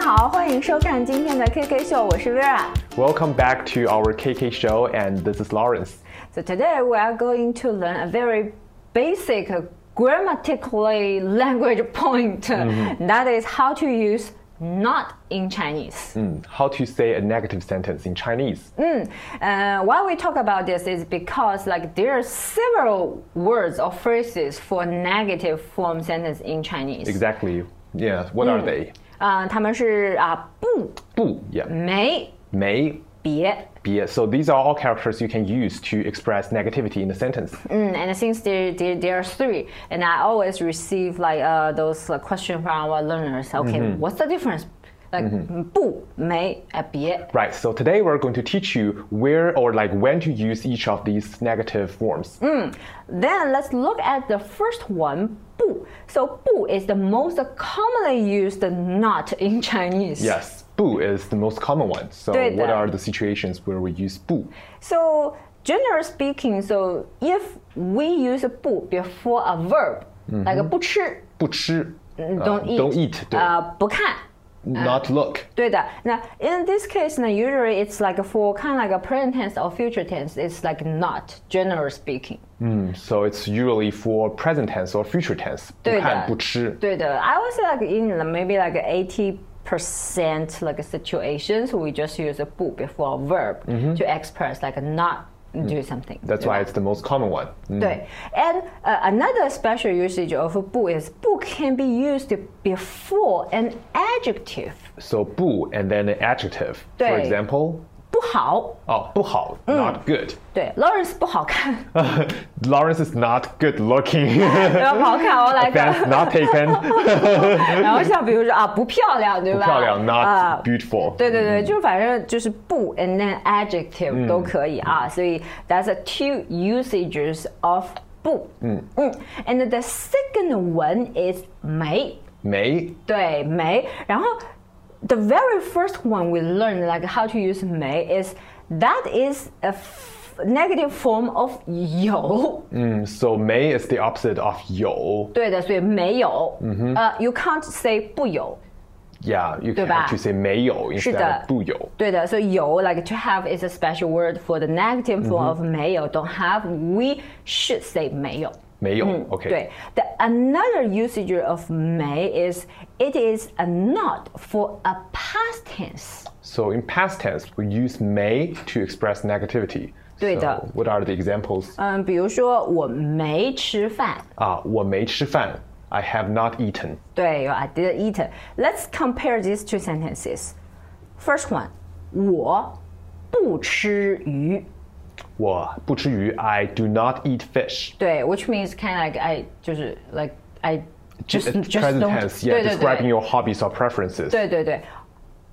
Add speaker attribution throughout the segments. Speaker 1: 好，欢迎收看今天的 KK 秀，我是 Vera。
Speaker 2: Welcome back to our KK show, and this is Lawrence.
Speaker 1: So today we are going to learn a very basic uh, grammatically language point. That is how to use not in Chinese.
Speaker 2: Mm, How to say a negative sentence in Chinese?
Speaker 1: Mm. Uh, why we talk about this is because like there are several words or phrases for negative form sentence in Chinese. Uh,
Speaker 2: Exactly. Yeah. What are they?
Speaker 1: 啊、呃，他们是啊、uh,
Speaker 2: Bu.
Speaker 1: Mm.
Speaker 2: Yeah.
Speaker 1: 不、没、别。
Speaker 2: May. Be. So these are all characters you can use to express negativity in a sentence.
Speaker 1: Mm, and since there, there, there are three, and I always receive like uh, those like, questions from our learners. Okay,
Speaker 2: Mm-hmm.
Speaker 1: what's the difference? Like 不、没、啊、别。
Speaker 2: Right. So today we're going to teach you where or like when to use each of these negative forms.
Speaker 1: Then let's look at the first one, 不. So 不 is the most commonly used not in Chinese.
Speaker 2: Yes. Bu is the most common one. So
Speaker 1: 对的。
Speaker 2: what are the situations where we use bu?
Speaker 1: So generally speaking, so if we use 不 before a verb, like 不吃,
Speaker 2: 不吃,
Speaker 1: don't eat,
Speaker 2: Mm-hmm. Uh, don't eat. 对。
Speaker 1: uh, 不看。
Speaker 2: not look.
Speaker 1: 对的。那 in this case 呢，usually it's like for kind of like a present tense or future tense. It's like not generally speaking.
Speaker 2: Mm, so it's usually for present tense or future tense.
Speaker 1: 对的。
Speaker 2: 不看不吃。
Speaker 1: 对的。I would say like in maybe like eighty percent like situations we just use a 不 before a verb
Speaker 2: Mm-hmm.
Speaker 1: to express like not
Speaker 2: Mm.
Speaker 1: do something.
Speaker 2: That's why it's the most common one. Mm.
Speaker 1: 对。And uh, another special usage of 不 is 不 can be used before an adjective.
Speaker 2: So 不 and then an adjective. For
Speaker 1: 对。
Speaker 2: example,
Speaker 1: 不好。
Speaker 2: oh, 不好, not good.
Speaker 1: 对，Lawrence 不好看，
Speaker 2: Lawrence is not good looking.
Speaker 1: 不要不好看，我来讲。
Speaker 2: That's not taken.
Speaker 1: 然后像比如说啊，不漂亮，对吧？
Speaker 2: 漂亮, not
Speaker 1: 啊，
Speaker 2: beautiful.
Speaker 1: 对对对，就反正就是不 and then adjective 都可以啊，所以 that's a two usages of 不。嗯嗯，and the second one is 没，
Speaker 2: 没,
Speaker 1: 对没。然后 the very first one we learned like how to use 没 is that is a f- negative form of 有。
Speaker 2: mm, so 没 is the opposite of 有.
Speaker 1: 对的，所以没有。嗯哼。呃，you can't say 不有。
Speaker 2: Yeah, you
Speaker 1: 对吧？
Speaker 2: can have to say 没有 instead
Speaker 1: 是的。
Speaker 2: of 不有.
Speaker 1: 对的，所以有 like to have is a special word for the negative form
Speaker 2: Mm-hmm.
Speaker 1: of 没有，don't have we should say 没有。
Speaker 2: 没有,
Speaker 1: 嗯
Speaker 2: okay.
Speaker 1: 对，the another usage of 没 is it is a not for a past tense。
Speaker 2: So in past tense, we use 没 to express negativity.
Speaker 1: 对的。
Speaker 2: So what are the examples?
Speaker 1: 嗯，比如说我没吃饭，
Speaker 2: 啊、我没吃饭，I have not eaten。
Speaker 1: 对有，I didn't eat。Let's compare these two sentences. First one，我不吃鱼。
Speaker 2: 我不吃鱼，I do not eat fish。
Speaker 1: 对，which means kind of like I 就是 like I just
Speaker 2: It's
Speaker 1: just
Speaker 2: present
Speaker 1: don't
Speaker 2: tense, yeah,
Speaker 1: 对对
Speaker 2: describing
Speaker 1: 对
Speaker 2: your hobbies or preferences.
Speaker 1: 对对对。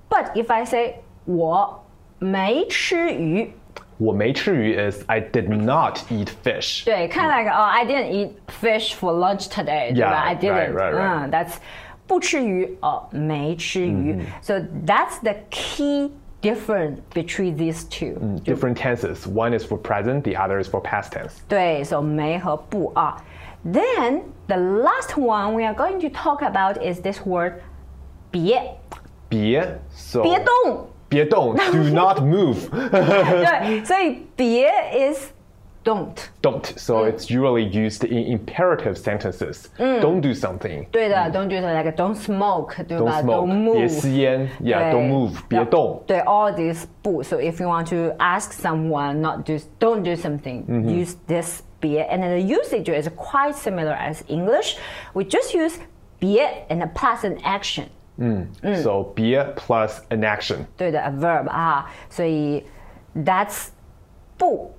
Speaker 1: But if I say 我没吃鱼，
Speaker 2: 我没吃鱼 is I did not eat fish.
Speaker 1: 对，kind of like oh I didn't eat fish for lunch today，对
Speaker 2: Yeah,
Speaker 1: 吧？I
Speaker 2: right,
Speaker 1: didn't，
Speaker 2: right, right.
Speaker 1: 嗯，that's 不吃鱼哦，没吃鱼。So that's the key difference between these two。
Speaker 2: Different tenses. One is for present, the other is for past tense.
Speaker 1: 对，so 没和不啊。Then the last one we are going to talk about is this word 别
Speaker 2: 别 so
Speaker 1: 别动。
Speaker 2: 别动 do not move.
Speaker 1: 对，所以别 is don't。
Speaker 2: Don't. So
Speaker 1: Mm.
Speaker 2: it's usually used in imperative sentences. Don't do something.
Speaker 1: 对的、d o n t do something like don't smoke，对
Speaker 2: Don't
Speaker 1: 吧
Speaker 2: smoke.
Speaker 1: move。
Speaker 2: 别吸烟 Yeah.
Speaker 1: 对
Speaker 2: Don't move. 别动。
Speaker 1: 对，all these 不。So if you want to ask someone not do don't do something，、use this 别，and then the usage is quite similar as English. We just use 别 and a plus an action。Mm.
Speaker 2: So 别 plus an action.
Speaker 1: 对的，a verb 啊，所以 that's 不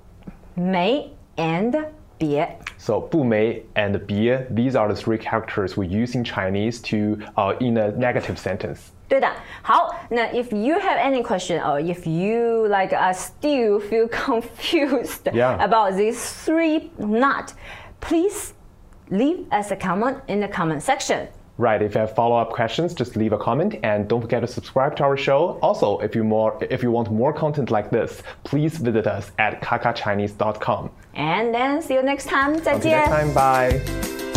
Speaker 1: 没 and 别。
Speaker 2: So 不美 and 别 these are the three characters we use in Chinese to uh, in a negative sentence.
Speaker 1: 对的，好，那 if you have any question or if you like uh, still feel confused
Speaker 2: Yeah.
Speaker 1: about these three not, please leave us a comment in the comment section.
Speaker 2: Right, if you have follow-up questions, just leave a comment and don't forget to subscribe to our show. Also, if you more if you want more content like this, please visit us at kakachinese.com.
Speaker 1: And then see you next time.
Speaker 2: Until next
Speaker 1: 再见。
Speaker 2: time, bye.